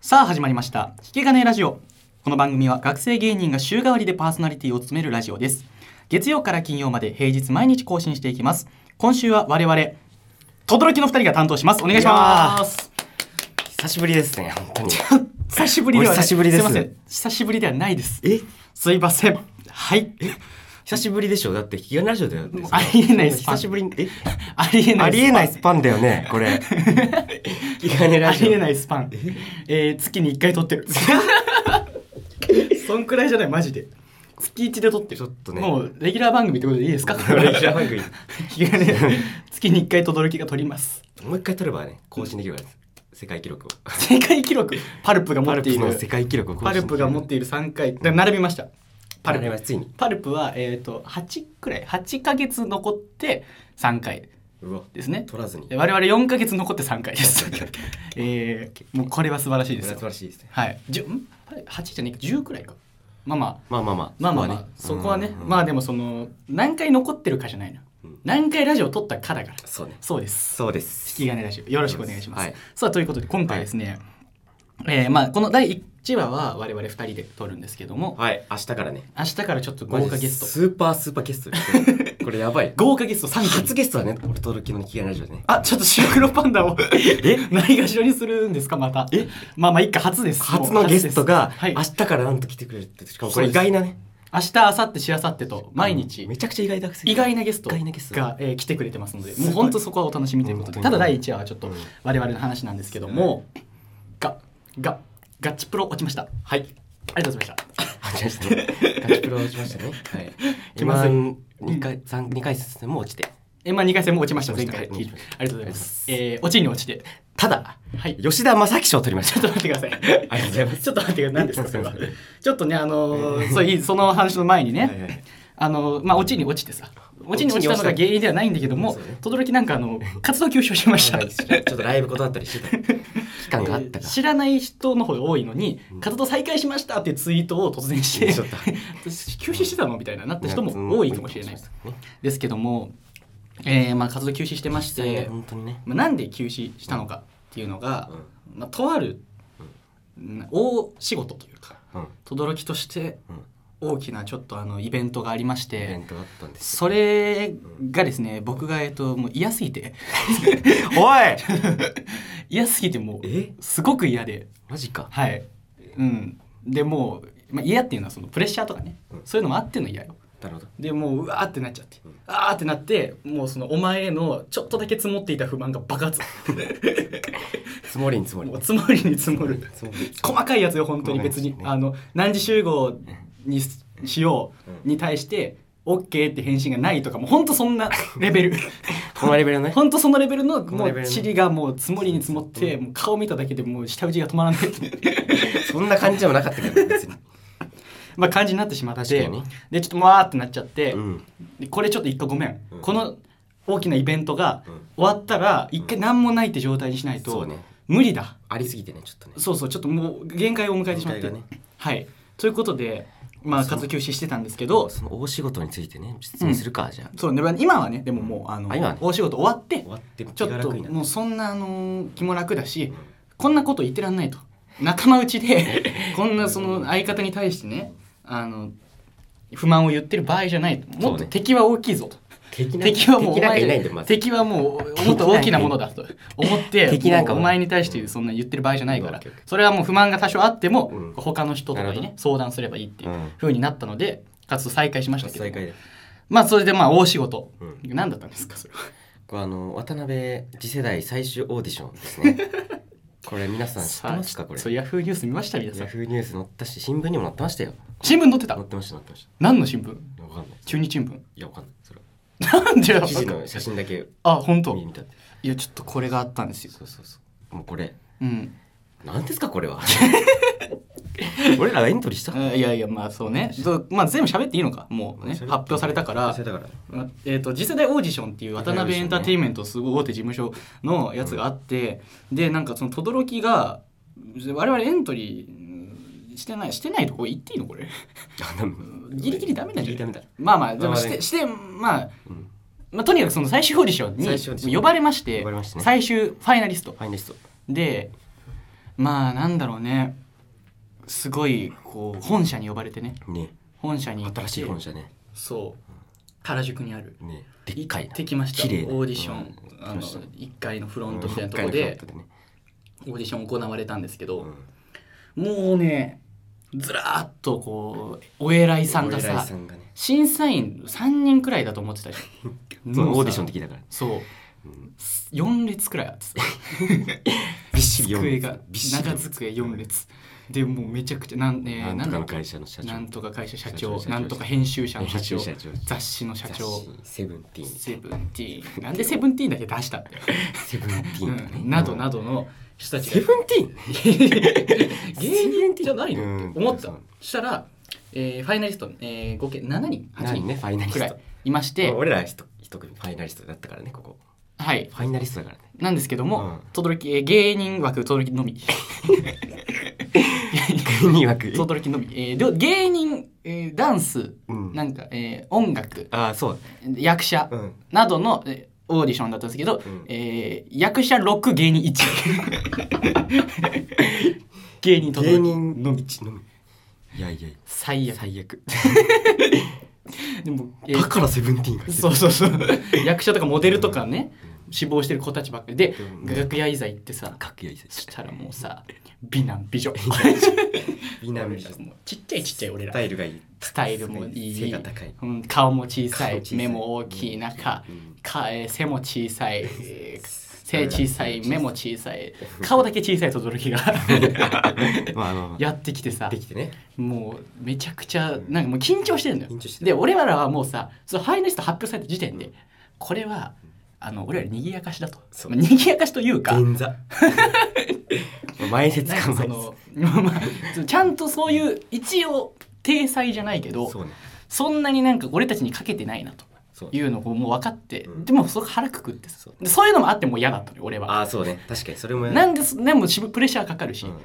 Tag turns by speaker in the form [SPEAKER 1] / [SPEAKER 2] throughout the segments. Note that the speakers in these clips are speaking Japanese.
[SPEAKER 1] さあ始まりました引き金ラジオこの番組は学生芸人が週替わりでパーソナリティを務めるラジオです月曜から金曜まで平日毎日更新していきます今週は我々轟の二人が担当しますお願いします
[SPEAKER 2] す。久しぶりですね、本当に。
[SPEAKER 1] 久しぶりではない
[SPEAKER 2] お久しぶりです
[SPEAKER 1] いません久しぶりではないです
[SPEAKER 2] え
[SPEAKER 1] すいませんはい
[SPEAKER 2] 久しぶりでしょだって、引き金ラジオだよ。
[SPEAKER 1] ありえないスパン
[SPEAKER 2] 久しぶりに、え
[SPEAKER 1] ありえない
[SPEAKER 2] ありえないスパンだよ ね、これ。引き金
[SPEAKER 1] あ
[SPEAKER 2] ラジオ。
[SPEAKER 1] りえないスパンえー月に一回撮ってる そんくらいじゃないマジで月一で撮ってる
[SPEAKER 2] ちょっとね
[SPEAKER 1] もうレギュラー番組ってことでいいです か
[SPEAKER 2] レギュラー番組。
[SPEAKER 1] 気がね月に1回轟が取り ます
[SPEAKER 2] もう一回取ればね、更新できるからです。世界記録を。
[SPEAKER 1] 世界記録パルプが持
[SPEAKER 2] パ
[SPEAKER 1] っ
[SPEAKER 2] ル
[SPEAKER 1] てい
[SPEAKER 2] プの
[SPEAKER 1] る
[SPEAKER 2] 世界記録を更新
[SPEAKER 1] パルプが持っている3回だから並びましたパル
[SPEAKER 2] あれは
[SPEAKER 1] プ
[SPEAKER 2] ついに。
[SPEAKER 1] パルプはえっ、と8くらい8ヶ月残って3回
[SPEAKER 2] うわ、
[SPEAKER 1] ですね
[SPEAKER 2] 取らずに。
[SPEAKER 1] で我々4ヶ月残って3回です
[SPEAKER 2] オッケーオッケー
[SPEAKER 1] えー、もうこれは素晴らしい
[SPEAKER 2] こ
[SPEAKER 1] で
[SPEAKER 2] れ
[SPEAKER 1] す
[SPEAKER 2] は
[SPEAKER 1] よ
[SPEAKER 2] 素晴らしいですね。
[SPEAKER 1] はいじゅんあれ8じゃねえか10くらいかまあまあ
[SPEAKER 2] まあまあまあ。
[SPEAKER 1] まあまあまあそこはねまあで
[SPEAKER 2] も。
[SPEAKER 1] もその何回残ってるかじゃないな
[SPEAKER 2] うん
[SPEAKER 1] 何回ラジオ撮ったかだから
[SPEAKER 2] そうね。
[SPEAKER 1] そうです
[SPEAKER 2] そうです。
[SPEAKER 1] 引き金ラジオよろしくお願いします。
[SPEAKER 2] はい
[SPEAKER 1] さあということで今回ですね、えーまあ、この第1話は我々2人で撮るんですけども、
[SPEAKER 2] はい、明日からね。
[SPEAKER 1] 明日からちょっと豪華ゲスト
[SPEAKER 2] スーパースーパーゲス トですねこれやばい
[SPEAKER 1] 豪華ゲスト3組
[SPEAKER 2] 初ゲストはね俺ときの引き金ラジオでね
[SPEAKER 1] あちょっと白黒パンダを ないがしろにするんですかまた
[SPEAKER 2] え
[SPEAKER 1] まあまあ一回初です
[SPEAKER 2] 初のゲスト
[SPEAKER 1] も
[SPEAKER 2] が
[SPEAKER 1] う初
[SPEAKER 2] 明
[SPEAKER 1] ですはい、
[SPEAKER 2] 日からなんと来てくれるってしかもこ
[SPEAKER 1] そうで
[SPEAKER 2] れ意
[SPEAKER 1] す
[SPEAKER 2] 外なね
[SPEAKER 1] 明日明後日しあさってと毎日
[SPEAKER 2] めちゃくちゃ意外だ
[SPEAKER 1] 意外なゲスト
[SPEAKER 2] 意外なゲスト
[SPEAKER 1] が、えー来てくれてますのです
[SPEAKER 2] ごい
[SPEAKER 1] もう本当そこはお楽しみということで
[SPEAKER 2] うん
[SPEAKER 1] ただ第1話はちょっ
[SPEAKER 2] う
[SPEAKER 1] と
[SPEAKER 2] ん
[SPEAKER 1] 我々の話なんですけどもががガッチプロ落ちましたはいありがとうございました
[SPEAKER 2] 落ちましたねガチプロ落ちましたねはい
[SPEAKER 1] 気まずい
[SPEAKER 2] 今二回三二回戦も落ちて
[SPEAKER 1] えまあ、2回戦も落ちました前回、
[SPEAKER 2] 落ちまし
[SPEAKER 1] ありがとうございます、えー、落ちに落ちて
[SPEAKER 2] ただ
[SPEAKER 1] はいちょ
[SPEAKER 2] 吉田正樹賞を取りまし
[SPEAKER 1] ったと待ってください
[SPEAKER 2] ありがとうございます
[SPEAKER 1] ちょっと待ってください何ですかそれは
[SPEAKER 2] すいません
[SPEAKER 1] ちょっとねあのー、そういいその話の前にね、
[SPEAKER 2] はいはい
[SPEAKER 1] あのーまあ落ちに落ちてさ落ちに落ちたのが原因ではないんだけども
[SPEAKER 2] そうね
[SPEAKER 1] 轟なんかあの活動休止をしました
[SPEAKER 2] はいちょっとライブ断ったりしてた期間があったか
[SPEAKER 1] 知らない人の方が多いのに
[SPEAKER 2] うん
[SPEAKER 1] 活動再開しましたっていうツイートを突然して
[SPEAKER 2] ちょっと
[SPEAKER 1] 私休止してたのみたいななった
[SPEAKER 2] ら
[SPEAKER 1] 人も多いかもしれない
[SPEAKER 2] ね
[SPEAKER 1] ですけども、えーまあ、活動休止してまし
[SPEAKER 2] 実際ね
[SPEAKER 1] て
[SPEAKER 2] 本当にね
[SPEAKER 1] まあ、なんで休止したのかっていうのが、
[SPEAKER 2] うん
[SPEAKER 1] まあ、とある、うん大仕事というか
[SPEAKER 2] うん
[SPEAKER 1] 轟として
[SPEAKER 2] うん
[SPEAKER 1] 大きなちょっとあのイベントがありまし
[SPEAKER 2] イベ
[SPEAKER 1] て
[SPEAKER 2] ントだったんです
[SPEAKER 1] それがですね僕がえっともう嫌すぎて
[SPEAKER 2] おい
[SPEAKER 1] 嫌すぎてもう
[SPEAKER 2] え
[SPEAKER 1] すごく嫌で
[SPEAKER 2] マジか
[SPEAKER 1] はいうんでもう、まあ、嫌っていうのはそのプレッシャーとかね、
[SPEAKER 2] うん
[SPEAKER 1] そういうのもあっての嫌よ
[SPEAKER 2] なるほど
[SPEAKER 1] でもううわーってなっちゃって、
[SPEAKER 2] ん
[SPEAKER 1] あーってなってもうそのお前へのちょっとだけ積もっていた不満が爆発
[SPEAKER 2] 積もりに積もり
[SPEAKER 1] もう積もりに積もる
[SPEAKER 2] 積もりに積も
[SPEAKER 1] 細かいやつよ本当に別に、
[SPEAKER 2] ごめんな
[SPEAKER 1] あ
[SPEAKER 2] さ
[SPEAKER 1] の何時集合にししよう
[SPEAKER 2] うん
[SPEAKER 1] に対して、OK って返信がないとかもう本当そんなレ ベル
[SPEAKER 2] りこのレベルのね
[SPEAKER 1] 本当そのレベルの
[SPEAKER 2] こ
[SPEAKER 1] も
[SPEAKER 2] のレベル
[SPEAKER 1] う
[SPEAKER 2] ね
[SPEAKER 1] 塵がもう積もりに積もってもう顔見ただけでもう 舌打ちが止まらない
[SPEAKER 2] そんな感じでもなかったけど別に
[SPEAKER 1] まあ感じになってしまって
[SPEAKER 2] 確かに
[SPEAKER 1] でちょっとわーってなっちゃって、
[SPEAKER 2] ん
[SPEAKER 1] でこれちょっと一回ごめん、
[SPEAKER 2] うん
[SPEAKER 1] この大きなイベントが
[SPEAKER 2] うん
[SPEAKER 1] 終わったら一回何もないって状態にしない
[SPEAKER 2] そ
[SPEAKER 1] と
[SPEAKER 2] うね
[SPEAKER 1] 無理だ
[SPEAKER 2] ありすぎてねちょっとね
[SPEAKER 1] そうそうちょっともう限界を迎えてしまって、
[SPEAKER 2] 限界が
[SPEAKER 1] はいということでまあ
[SPEAKER 2] そう
[SPEAKER 1] 活動休止してたんですけど
[SPEAKER 2] その大仕事についてね説明するか、じゃあ
[SPEAKER 1] そうでまあ今はねでももうあの
[SPEAKER 2] あ今はね
[SPEAKER 1] 大仕事終わって
[SPEAKER 2] 終わって
[SPEAKER 1] ちょっと
[SPEAKER 2] 気が楽にな
[SPEAKER 1] も
[SPEAKER 2] っ
[SPEAKER 1] うそんなあの気も楽だ
[SPEAKER 2] て
[SPEAKER 1] し
[SPEAKER 2] うん
[SPEAKER 1] こんなこと言ってらんないと仲間内で こんなその相方に対してねあの不満を言ってる場合じゃないともっ
[SPEAKER 2] そう
[SPEAKER 1] と
[SPEAKER 2] ね
[SPEAKER 1] 敵は大きいぞと。
[SPEAKER 2] 敵なんか
[SPEAKER 1] 敵はもうお
[SPEAKER 2] 敵なんか
[SPEAKER 1] 前
[SPEAKER 2] いないんでまず
[SPEAKER 1] 敵はもうもっと大きなものだと思って
[SPEAKER 2] 敵なんか
[SPEAKER 1] もうお前に対してそんな言ってる場合じゃないか
[SPEAKER 2] う
[SPEAKER 1] ら
[SPEAKER 2] ん
[SPEAKER 1] それはもう不満が多少あっても
[SPEAKER 2] うん
[SPEAKER 1] 他の人とかに
[SPEAKER 2] なる
[SPEAKER 1] ね
[SPEAKER 2] ほ
[SPEAKER 1] 相談すればいいっていううん風になったので活動再開しましたけ
[SPEAKER 2] 再
[SPEAKER 1] ど
[SPEAKER 2] 開で
[SPEAKER 1] まあそれでまあ大仕事
[SPEAKER 2] うん
[SPEAKER 1] 何だったんですかそれは
[SPEAKER 2] こうあの渡辺次世代最終オーディションですね これ皆さん知ってますかこれ
[SPEAKER 1] そうヤフーニュース見ました皆さ
[SPEAKER 2] ヤ
[SPEAKER 1] ん
[SPEAKER 2] フーニュース載ったし新聞にも載ってましたよ
[SPEAKER 1] 新聞載ってた
[SPEAKER 2] 載ってました載ってまし
[SPEAKER 1] 何の新聞
[SPEAKER 2] たわかんない
[SPEAKER 1] 中日新聞
[SPEAKER 2] いやわかんないそれ
[SPEAKER 1] なんで
[SPEAKER 2] 記事の写真だけ
[SPEAKER 1] あ本当
[SPEAKER 2] 見見たって
[SPEAKER 1] いやちょっとこれがあったんですよ
[SPEAKER 2] そうそうそうもうこれ
[SPEAKER 1] うん
[SPEAKER 2] なんですかこれは 俺らがエントリーした
[SPEAKER 1] いやいやまあそうねそうまあ全部喋っていいのかもうね発表されたから
[SPEAKER 2] 発表されたか
[SPEAKER 1] まえー、と次世代オーディションっていう渡辺エンターテインメントすごい大手事務所のやつがあって、でなんかその轟が我々エントリーしてないしてないとこ言っていいのこれ
[SPEAKER 2] ら
[SPEAKER 1] ギリギリダメなんじゃ
[SPEAKER 2] ギリ
[SPEAKER 1] な
[SPEAKER 2] ダ
[SPEAKER 1] い
[SPEAKER 2] メだ
[SPEAKER 1] まあまあでも
[SPEAKER 2] まあまあ
[SPEAKER 1] して
[SPEAKER 2] ね
[SPEAKER 1] してまあ、
[SPEAKER 2] うん
[SPEAKER 1] まあ、とにかくその最終オーディシ
[SPEAKER 2] 最終オーディ
[SPEAKER 1] ョ
[SPEAKER 2] シ
[SPEAKER 1] ン
[SPEAKER 2] ョン
[SPEAKER 1] に呼ばれまして
[SPEAKER 2] 呼ばれましてね
[SPEAKER 1] 最終ファイナリスト
[SPEAKER 2] ファイナリスト
[SPEAKER 1] でまあなんだろうねすごいこう本社に呼ばれてね
[SPEAKER 2] ね
[SPEAKER 1] 本社に行って
[SPEAKER 2] 新しい本社ね
[SPEAKER 1] そう原宿にある
[SPEAKER 2] ねでっかい
[SPEAKER 1] 行
[SPEAKER 2] な
[SPEAKER 1] ってきました
[SPEAKER 2] 綺麗な
[SPEAKER 1] オーディション、
[SPEAKER 2] うん
[SPEAKER 1] あ
[SPEAKER 2] 来
[SPEAKER 1] の
[SPEAKER 2] ました
[SPEAKER 1] 1階のフロントみたいなとこ
[SPEAKER 2] う
[SPEAKER 1] ろ
[SPEAKER 2] ん
[SPEAKER 1] で
[SPEAKER 2] 北海道の
[SPEAKER 1] オーディション行われたんですけ
[SPEAKER 2] フロ
[SPEAKER 1] ど
[SPEAKER 2] ントでね
[SPEAKER 1] もうねずらーっとこうお偉
[SPEAKER 2] う
[SPEAKER 1] いさんが
[SPEAKER 2] お偉い
[SPEAKER 1] さ
[SPEAKER 2] さんがね
[SPEAKER 1] 審査員3人くらいだと思ってたじゃん
[SPEAKER 2] その
[SPEAKER 1] もうさ
[SPEAKER 2] オーディションって聞いたから
[SPEAKER 1] そう
[SPEAKER 2] うん
[SPEAKER 1] 4列くらいあ ってさ
[SPEAKER 2] びっしり
[SPEAKER 1] 机
[SPEAKER 2] 4
[SPEAKER 1] が
[SPEAKER 2] びっしり
[SPEAKER 1] 長机4列でもうめちゃくちゃなん,、えー
[SPEAKER 2] なんとかの
[SPEAKER 1] だっ
[SPEAKER 2] 会社の社
[SPEAKER 1] け
[SPEAKER 2] 長
[SPEAKER 1] なんとか会社社
[SPEAKER 2] 社
[SPEAKER 1] 長
[SPEAKER 2] 長社長
[SPEAKER 1] なんとか編集者の社長
[SPEAKER 2] 編集者社長
[SPEAKER 1] 雑誌の社
[SPEAKER 2] 雑誌
[SPEAKER 1] 長
[SPEAKER 2] セブンティーン
[SPEAKER 1] セブンティーンなんでセブンティーンだけ出したんだよ、
[SPEAKER 2] セブンティーンとかね、
[SPEAKER 1] うんなどなどの人たち
[SPEAKER 2] セ
[SPEAKER 1] が
[SPEAKER 2] ブンティーン
[SPEAKER 1] 芸人じゃないのって思った
[SPEAKER 2] う
[SPEAKER 1] の
[SPEAKER 2] ん
[SPEAKER 1] そしたら、えーファイナリスト、えー合計7人8
[SPEAKER 2] 7人ね
[SPEAKER 1] 人
[SPEAKER 2] ファイナリ
[SPEAKER 1] くら
[SPEAKER 2] ス
[SPEAKER 1] い
[SPEAKER 2] ト
[SPEAKER 1] いまして、
[SPEAKER 2] 俺ら一一組ファイナリストだったからねここ
[SPEAKER 1] はい
[SPEAKER 2] ファイナリストだ からね
[SPEAKER 1] なんですけども、
[SPEAKER 2] うん
[SPEAKER 1] 轟えー芸人枠轟の み
[SPEAKER 2] 国枠
[SPEAKER 1] 轟のみ、えーで芸人、えーダンス
[SPEAKER 2] うん
[SPEAKER 1] なんか、えー音楽
[SPEAKER 2] ああそう
[SPEAKER 1] 役者
[SPEAKER 2] うん
[SPEAKER 1] などの、えーオーディションだったんですけど、
[SPEAKER 2] うん
[SPEAKER 1] えー役者6芸人1 芸人轟
[SPEAKER 2] 芸人の道のみいやいやい
[SPEAKER 1] 最
[SPEAKER 2] や
[SPEAKER 1] 悪
[SPEAKER 2] 最悪
[SPEAKER 1] でも、えー
[SPEAKER 2] だからセブンティーンが来て
[SPEAKER 1] そうそうそう 役者とかモデルとかね
[SPEAKER 2] う
[SPEAKER 1] 志望してる子たちばっかりで
[SPEAKER 2] うん
[SPEAKER 1] 楽屋いざ行ってさ
[SPEAKER 2] かっこいいです
[SPEAKER 1] そしたらもうさ美男美女
[SPEAKER 2] 美男美女
[SPEAKER 1] もう ちっちゃいちっちゃい俺
[SPEAKER 2] ス
[SPEAKER 1] ら
[SPEAKER 2] タイルがいい
[SPEAKER 1] スタイルもいい
[SPEAKER 2] 背が高い
[SPEAKER 1] うん、顔も小さ
[SPEAKER 2] 顔
[SPEAKER 1] い
[SPEAKER 2] も小さい
[SPEAKER 1] 目も大きい中、
[SPEAKER 2] うん
[SPEAKER 1] かえー背も小さ いえー背小さい目も小さい顔だけ小さい轟が
[SPEAKER 2] まあまあまあ
[SPEAKER 1] やってきてさ
[SPEAKER 2] できてね
[SPEAKER 1] もうめちゃくちゃなんかもう緊張してるんだよ
[SPEAKER 2] 緊張してる
[SPEAKER 1] で俺らはもうさそのファイナリスト発表された時点で、これはあの俺らにぎやかしだと
[SPEAKER 2] そう
[SPEAKER 1] まあにぎやかしというか
[SPEAKER 2] 前 座前説
[SPEAKER 1] なん
[SPEAKER 2] か
[SPEAKER 1] かそ
[SPEAKER 2] 前
[SPEAKER 1] の、まあ、ちゃんとそういう一応体裁じゃないけど
[SPEAKER 2] 説
[SPEAKER 1] そ
[SPEAKER 2] そうね
[SPEAKER 1] んなになんか俺たちにかけてないなと
[SPEAKER 2] そう
[SPEAKER 1] いうのをもう分かって、
[SPEAKER 2] うん
[SPEAKER 1] でもそこ腹くくってさ
[SPEAKER 2] そう
[SPEAKER 1] でそういうのもあってもう嫌だったのよ俺は。
[SPEAKER 2] ああそうね確かにそれもやる
[SPEAKER 1] なんでそでもしぶプレッシャーかかるし、
[SPEAKER 2] うん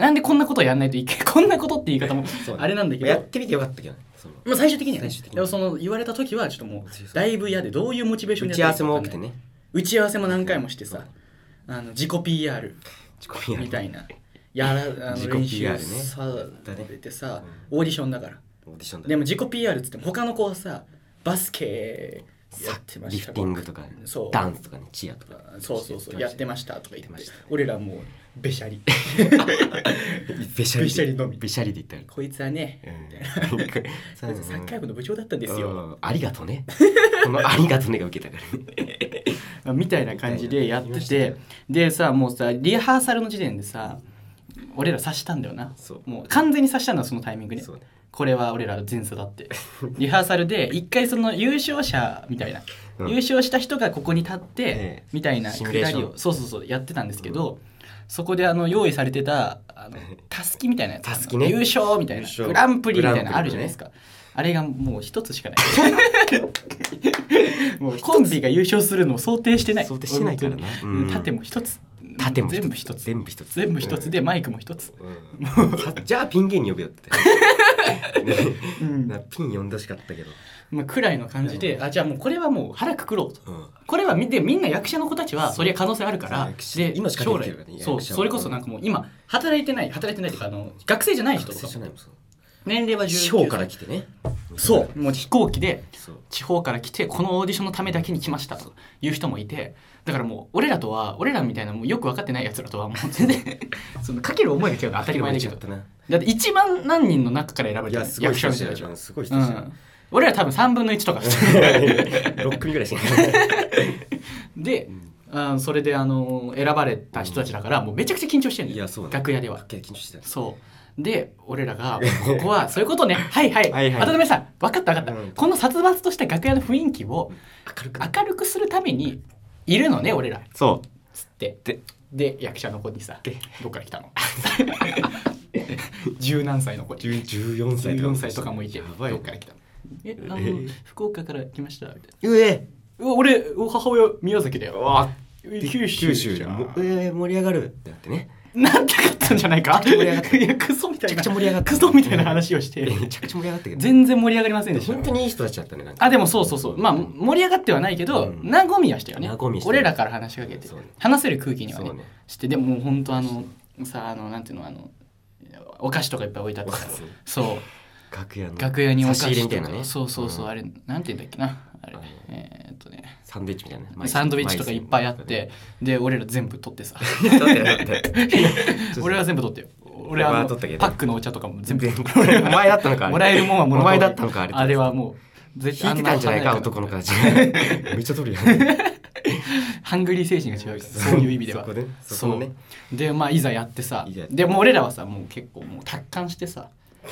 [SPEAKER 1] なんでこんなことやんないといけないこんなことって言い方も
[SPEAKER 2] そうね
[SPEAKER 1] あれなんだけど
[SPEAKER 2] やってみてよかったけどねその
[SPEAKER 1] まあ、最終的にはね
[SPEAKER 2] 最終的に
[SPEAKER 1] でもその言われた時はちょっとも
[SPEAKER 2] そうそう
[SPEAKER 1] うだいぶ嫌でどういうモチベーション
[SPEAKER 2] 打
[SPEAKER 1] で
[SPEAKER 2] ち
[SPEAKER 1] や
[SPEAKER 2] 合わ
[SPEAKER 1] って
[SPEAKER 2] せ
[SPEAKER 1] いい
[SPEAKER 2] も
[SPEAKER 1] か
[SPEAKER 2] 多
[SPEAKER 1] 分
[SPEAKER 2] く
[SPEAKER 1] か
[SPEAKER 2] て
[SPEAKER 1] んない
[SPEAKER 2] ね
[SPEAKER 1] 打ち合わせも何回もしてさあの自己 PR
[SPEAKER 2] 自己 PR
[SPEAKER 1] みたいなや らあ
[SPEAKER 2] 自
[SPEAKER 1] の
[SPEAKER 2] 己
[SPEAKER 1] 練習
[SPEAKER 2] PR ね
[SPEAKER 1] さ
[SPEAKER 2] だね
[SPEAKER 1] れてさオーディションだから
[SPEAKER 2] オーディションだ
[SPEAKER 1] でも自己 PR っつっても他の子はさバスケやってま
[SPEAKER 2] リ
[SPEAKER 1] し
[SPEAKER 2] フ
[SPEAKER 1] た
[SPEAKER 2] ティングとか
[SPEAKER 1] そう
[SPEAKER 2] ダンスとかねチアとか
[SPEAKER 1] そうそうそうやってましたとか言って
[SPEAKER 2] やってました
[SPEAKER 1] 俺らもうべしゃり
[SPEAKER 2] べしゃり
[SPEAKER 1] べしゃりのみ
[SPEAKER 2] べしゃりで言った
[SPEAKER 1] こいつはね
[SPEAKER 2] ら
[SPEAKER 1] みたいな
[SPEAKER 2] うん
[SPEAKER 1] こいつサッカー部の部長だったんですよ
[SPEAKER 2] うんありがとうねこのありがとうねが受けたからね
[SPEAKER 1] みたいな感じでやっ
[SPEAKER 2] み
[SPEAKER 1] て
[SPEAKER 2] たいな
[SPEAKER 1] てでさもうさリハーサルの時点でさ俺ら察したんだよな
[SPEAKER 2] そう
[SPEAKER 1] もう完全に察したんだそのタイミングで
[SPEAKER 2] そうね
[SPEAKER 1] これは俺ら前座だってリハーサルで一回その優勝者みたいな、
[SPEAKER 2] うん
[SPEAKER 1] 優勝した人がここに立って、
[SPEAKER 2] ええ
[SPEAKER 1] みたいな
[SPEAKER 2] シ
[SPEAKER 1] く
[SPEAKER 2] ミュレー
[SPEAKER 1] だ
[SPEAKER 2] ション
[SPEAKER 1] りをそうそうそうやってたんですけど、そこであの用意されてたあ のたすきみたいなやつ
[SPEAKER 2] たすきね
[SPEAKER 1] 優勝みたいな
[SPEAKER 2] 優勝
[SPEAKER 1] グランプリみたいなのあるじゃないですか、あれがもう一つしかない もうコンビが優勝するのを想定してない
[SPEAKER 2] 想定してないからな
[SPEAKER 1] 本当に
[SPEAKER 2] うん
[SPEAKER 1] うん縦も一つ
[SPEAKER 2] 縦も
[SPEAKER 1] 全部一つ
[SPEAKER 2] 全部一つ
[SPEAKER 1] 全部一つでマイクも一つ、
[SPEAKER 2] うんうんさじゃあピン芸人呼べよって
[SPEAKER 1] うん
[SPEAKER 2] なピン呼んでほしかったけど
[SPEAKER 1] まあ、くらいの感じであじゃあもうこれはもう腹くくろうと
[SPEAKER 2] うん
[SPEAKER 1] これはみでみんな役者の子たちはそりゃ可能性あるから
[SPEAKER 2] 役者
[SPEAKER 1] で
[SPEAKER 2] 今しかで
[SPEAKER 1] 将
[SPEAKER 2] きて
[SPEAKER 1] 来
[SPEAKER 2] るからね
[SPEAKER 1] そう
[SPEAKER 2] 役者は
[SPEAKER 1] それこそなんかもう今働いてない働いてないとかあの学生じゃない人
[SPEAKER 2] 学
[SPEAKER 1] と
[SPEAKER 2] 生
[SPEAKER 1] か
[SPEAKER 2] じゃないもんそう
[SPEAKER 1] 年齢は19歳
[SPEAKER 2] 地方から来てね
[SPEAKER 1] そうもう飛行機で
[SPEAKER 2] そう
[SPEAKER 1] 地方から来てこのオーディションのためだけに来ましたという人もいてだからもう俺らとは俺らみたいなもうよく分かってないやつらとはもう全然 そのかける思いが違うのは当たり前だけ
[SPEAKER 2] ち
[SPEAKER 1] ど
[SPEAKER 2] ゃったな
[SPEAKER 1] だって一万何人の中から選ばれ
[SPEAKER 2] い
[SPEAKER 1] て
[SPEAKER 2] や
[SPEAKER 1] る
[SPEAKER 2] すごい
[SPEAKER 1] 役者
[SPEAKER 2] 人
[SPEAKER 1] の
[SPEAKER 2] じ
[SPEAKER 1] 人た
[SPEAKER 2] ゃな
[SPEAKER 1] ちは、
[SPEAKER 2] いすごい人
[SPEAKER 1] う
[SPEAKER 2] じゃない
[SPEAKER 1] ん、俺ら多分3分の1とか
[SPEAKER 2] 6組ぐらいしかいない
[SPEAKER 1] で、あそれであの選ばれた人たちだから、もうめちゃくちゃ緊張してるん
[SPEAKER 2] いやそうね
[SPEAKER 1] 楽屋では
[SPEAKER 2] 緊張してた
[SPEAKER 1] そうで俺ら が「ここはそういうことねはいはい
[SPEAKER 2] はいはい
[SPEAKER 1] 渡辺さん分かった分かった、
[SPEAKER 2] うん
[SPEAKER 1] この殺伐とした楽屋の雰囲気を
[SPEAKER 2] 明るく
[SPEAKER 1] 明るくするためにいるのね俺ら」
[SPEAKER 2] そう
[SPEAKER 1] つって
[SPEAKER 2] で
[SPEAKER 1] で役者の子にさ
[SPEAKER 2] で
[SPEAKER 1] 「どっから来たの? 」 十何歳の子
[SPEAKER 2] 10 14歳
[SPEAKER 1] 14歳とかもいて「
[SPEAKER 2] や
[SPEAKER 1] ど
[SPEAKER 2] ばい
[SPEAKER 1] っから来たの?」えあの、
[SPEAKER 2] えー
[SPEAKER 1] 福岡から来ましたみたいな
[SPEAKER 2] うえ
[SPEAKER 1] 「うわ俺母親宮崎だよ」
[SPEAKER 2] わ
[SPEAKER 1] 九州
[SPEAKER 2] 九州
[SPEAKER 1] じゃん
[SPEAKER 2] もえー盛り上がるってなってね
[SPEAKER 1] なんてかったんじゃないか
[SPEAKER 2] 盛り上がっ た
[SPEAKER 1] いやクソみたい
[SPEAKER 2] めちゃく
[SPEAKER 1] な
[SPEAKER 2] ちゃ盛り上がった
[SPEAKER 1] クソみたいな話をし
[SPEAKER 2] え
[SPEAKER 1] て
[SPEAKER 2] ーめちゃくちゃ盛り上がったけど
[SPEAKER 1] 全然盛り上がりませんでした
[SPEAKER 2] 本当にいい人たちだったねなんか
[SPEAKER 1] あでもそうそうそうまあ盛り上がってはないけど、
[SPEAKER 2] うん
[SPEAKER 1] 和みはしたよね
[SPEAKER 2] 和みした
[SPEAKER 1] 俺らから話しかけて、
[SPEAKER 2] そうね
[SPEAKER 1] 話せる空気にはね
[SPEAKER 2] そうね
[SPEAKER 1] してでももう本当あのさあのなんていうのあのお菓子とかいっぱい置いてあってさ
[SPEAKER 2] お菓子
[SPEAKER 1] そう
[SPEAKER 2] 楽屋の
[SPEAKER 1] 楽屋にお菓子
[SPEAKER 2] 差し入れ
[SPEAKER 1] と
[SPEAKER 2] みた
[SPEAKER 1] か
[SPEAKER 2] いなね
[SPEAKER 1] そうそうそう、
[SPEAKER 2] ん
[SPEAKER 1] あれなんていうんだっけなあれ
[SPEAKER 2] あの
[SPEAKER 1] えーっとね
[SPEAKER 2] サンドイッチみたいなね
[SPEAKER 1] サンドイッチとかいっぱいあってで俺ら全部取ってさ
[SPEAKER 2] いやだってだって
[SPEAKER 1] 俺は全部取ってよ俺はあ
[SPEAKER 2] 俺は
[SPEAKER 1] の
[SPEAKER 2] 取ったけど
[SPEAKER 1] パックのお茶とかも全
[SPEAKER 2] 全
[SPEAKER 1] 部
[SPEAKER 2] 部お前だったのかあれ
[SPEAKER 1] もらえるもんはもら
[SPEAKER 2] お前だったのかあれ
[SPEAKER 1] あれはもう絶
[SPEAKER 2] 引いてたんじゃないか男の
[SPEAKER 1] 子
[SPEAKER 2] 子た ちめっちゃ取るやん
[SPEAKER 1] ハングリー精神が違うからそういう意味では
[SPEAKER 2] そこねそこね
[SPEAKER 1] そうでまあいざやってさ
[SPEAKER 2] いざやって
[SPEAKER 1] でもう俺らはさもう結構もう達観してさ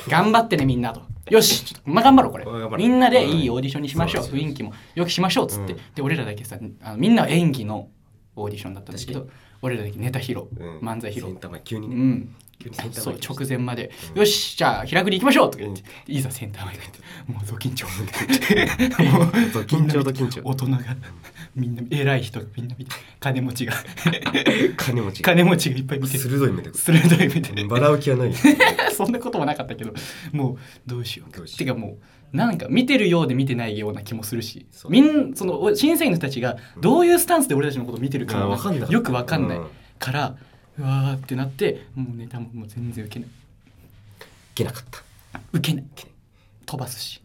[SPEAKER 1] 頑張ってねみんなとよしちょっとまあ頑張ろうこれ
[SPEAKER 2] 頑張ろう
[SPEAKER 1] みんなでいいオーディションにしましょう
[SPEAKER 2] そうそうそう
[SPEAKER 1] 雰囲気もよくしましょうっつって、
[SPEAKER 2] うん
[SPEAKER 1] で俺らだけさあのみんなは演技のオーディションだったんだけ
[SPEAKER 2] 確
[SPEAKER 1] ど俺らだけネタ披露、
[SPEAKER 2] うん
[SPEAKER 1] 漫才披
[SPEAKER 2] セ
[SPEAKER 1] 露
[SPEAKER 2] ンター前急
[SPEAKER 1] う
[SPEAKER 2] にね
[SPEAKER 1] ん
[SPEAKER 2] 急にセンター
[SPEAKER 1] そ
[SPEAKER 2] 前
[SPEAKER 1] う
[SPEAKER 2] 来ました
[SPEAKER 1] 直前まで、
[SPEAKER 2] うん
[SPEAKER 1] よしじゃあ平栗行きましょうとか言って、いざセンター前に行ってもうド緊張もう
[SPEAKER 2] そう緊張と緊張
[SPEAKER 1] 大人がみんな偉い人がみんな見て金持ちが
[SPEAKER 2] 金持ち
[SPEAKER 1] 金持ちがいっぱい見てる
[SPEAKER 2] 鋭い目でこ
[SPEAKER 1] 鋭い目
[SPEAKER 2] れ
[SPEAKER 1] で
[SPEAKER 2] バラ浮きはない
[SPEAKER 1] そんなこともなかったけどもうどうしよう
[SPEAKER 2] どうしよう
[SPEAKER 1] てかもうなんか見てるようで見てないような気もするし
[SPEAKER 2] そう
[SPEAKER 1] みんそのお審査員の人たちがどういうスタンスで俺たちのことを見てるか
[SPEAKER 2] あわかんなかった
[SPEAKER 1] よくわかんない
[SPEAKER 2] うん
[SPEAKER 1] からうわーってなってもうネタももう全然受けない
[SPEAKER 2] けなかった
[SPEAKER 1] 受けない
[SPEAKER 2] けない
[SPEAKER 1] 飛ばすし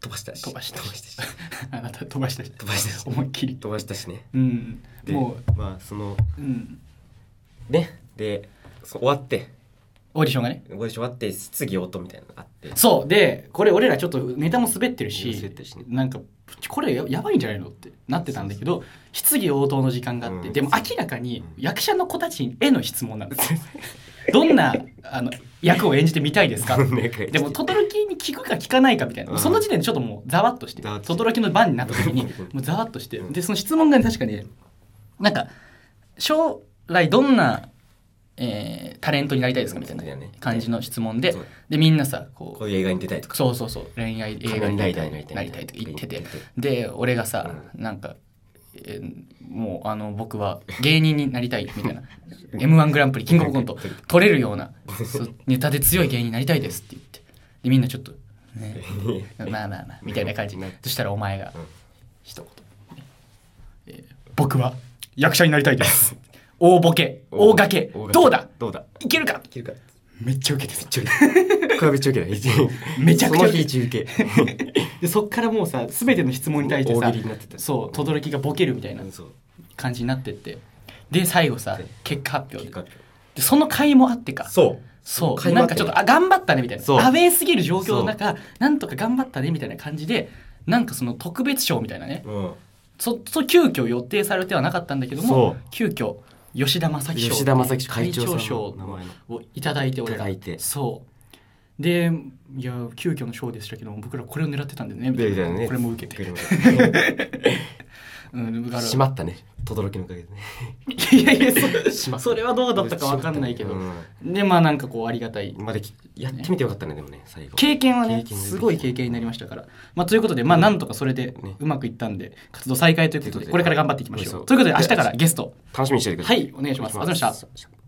[SPEAKER 2] 飛ばしたし
[SPEAKER 1] 飛ばしたし
[SPEAKER 2] 飛ばしたし
[SPEAKER 1] あなた飛ばしたし
[SPEAKER 2] 飛ばしたし
[SPEAKER 1] 思いっきり
[SPEAKER 2] 飛ばしたしね
[SPEAKER 1] うん
[SPEAKER 2] で
[SPEAKER 1] も
[SPEAKER 2] まあその
[SPEAKER 1] う、うん、
[SPEAKER 2] ねでそう終わって
[SPEAKER 1] オーディションがね
[SPEAKER 2] ご一緒終わって質疑応答みたいなのがあって
[SPEAKER 1] そうでこれ俺らちょっとネタも滑ってるし
[SPEAKER 2] 滑ってるしね
[SPEAKER 1] なんかこれややばいんじゃないのってなってたんだけど質疑応答の時間があって、
[SPEAKER 2] うん
[SPEAKER 1] でも明らかに役者の子たちへの質問なんですよどんなあの役を演じてみたいですかでも轟に聞くか聞かないかみたいな、
[SPEAKER 2] うん
[SPEAKER 1] その時点でちょっともうざわっとして
[SPEAKER 2] ざわっとして
[SPEAKER 1] 轟の番になった時 にもうざわっとしてでその質問がね確かになんか将来どんな、えータレントになりたいですかみたいな
[SPEAKER 2] そうだよね
[SPEAKER 1] 感じの質問で
[SPEAKER 2] そう
[SPEAKER 1] でみんなさこう
[SPEAKER 2] こういう映画に出たいとか
[SPEAKER 1] そうそうそう恋愛映画になりたいなりたいとか言っててで俺がさ、なんか、えーもうあの僕は芸人になりたいみたいな m 1グランプリキングオブコント取れるよう なそうネタで強い芸人になりたいですって言ってでみんなちょっと、ね、まあまあま あみたいな感じそしたらお前が
[SPEAKER 2] うん
[SPEAKER 1] 一言、えー僕は役者になりたいです 大ボケ 大掛けどうだ
[SPEAKER 2] どうだ
[SPEAKER 1] いけるか
[SPEAKER 2] いけるか
[SPEAKER 1] めっちゃ受けてた
[SPEAKER 2] ちょいこれめっちゃ受けた
[SPEAKER 1] めちゃくちゃ
[SPEAKER 2] その日一受 け
[SPEAKER 1] でそっからもうさ全ての質問に対して
[SPEAKER 2] 大
[SPEAKER 1] さ
[SPEAKER 2] 喜利になってた
[SPEAKER 1] そう轟がボケるみたいな
[SPEAKER 2] そう
[SPEAKER 1] 感じになってってで最後さ
[SPEAKER 2] で
[SPEAKER 1] 結果発表
[SPEAKER 2] 結
[SPEAKER 1] で
[SPEAKER 2] 果発
[SPEAKER 1] でその会もあってか
[SPEAKER 2] 表そう
[SPEAKER 1] そう
[SPEAKER 2] 会話
[SPEAKER 1] な
[SPEAKER 2] あ
[SPEAKER 1] ん
[SPEAKER 2] って
[SPEAKER 1] かちょっとあ頑張ったねみたいな
[SPEAKER 2] そう
[SPEAKER 1] アウェーすぎる状況の中なんとか頑張ったねみたいな感じでなんかその特別賞みたいなね
[SPEAKER 2] うん
[SPEAKER 1] そそ急遽予定されてはなかったんだけど
[SPEAKER 2] そ
[SPEAKER 1] も
[SPEAKER 2] う
[SPEAKER 1] 急遽吉田正樹賞
[SPEAKER 2] 吉田正樹賞
[SPEAKER 1] 会長
[SPEAKER 2] 会長さん
[SPEAKER 1] 賞
[SPEAKER 2] の名前の
[SPEAKER 1] をいただいて俺
[SPEAKER 2] い
[SPEAKER 1] ら
[SPEAKER 2] ただいて
[SPEAKER 1] そうでいや急遽の賞でしたけど僕らこれを狙ってたんだよねみた
[SPEAKER 2] で
[SPEAKER 1] い
[SPEAKER 2] みたい
[SPEAKER 1] な、
[SPEAKER 2] なね
[SPEAKER 1] これも受けて、 うん、だから
[SPEAKER 2] しまったね轟のおかげでね
[SPEAKER 1] いやいやそ
[SPEAKER 2] しまった
[SPEAKER 1] それはどうだったかわかんないけど、
[SPEAKER 2] うん
[SPEAKER 1] でまあなんかこうありがたい
[SPEAKER 2] まあできやってみてよかったねでもね最後
[SPEAKER 1] 経験はね
[SPEAKER 2] 経験ができた
[SPEAKER 1] すごい経験になりましたから、まあ、ということでまあなんとかそれで
[SPEAKER 2] ね
[SPEAKER 1] うまくいったんで活動再開ということ
[SPEAKER 2] と
[SPEAKER 1] で
[SPEAKER 2] いうことで
[SPEAKER 1] これから頑張っていきまし
[SPEAKER 2] そ
[SPEAKER 1] ょう
[SPEAKER 2] う
[SPEAKER 1] ということで明日からゲスト
[SPEAKER 2] 楽しみにしててください
[SPEAKER 1] はいお願いしますありがとうございました
[SPEAKER 2] した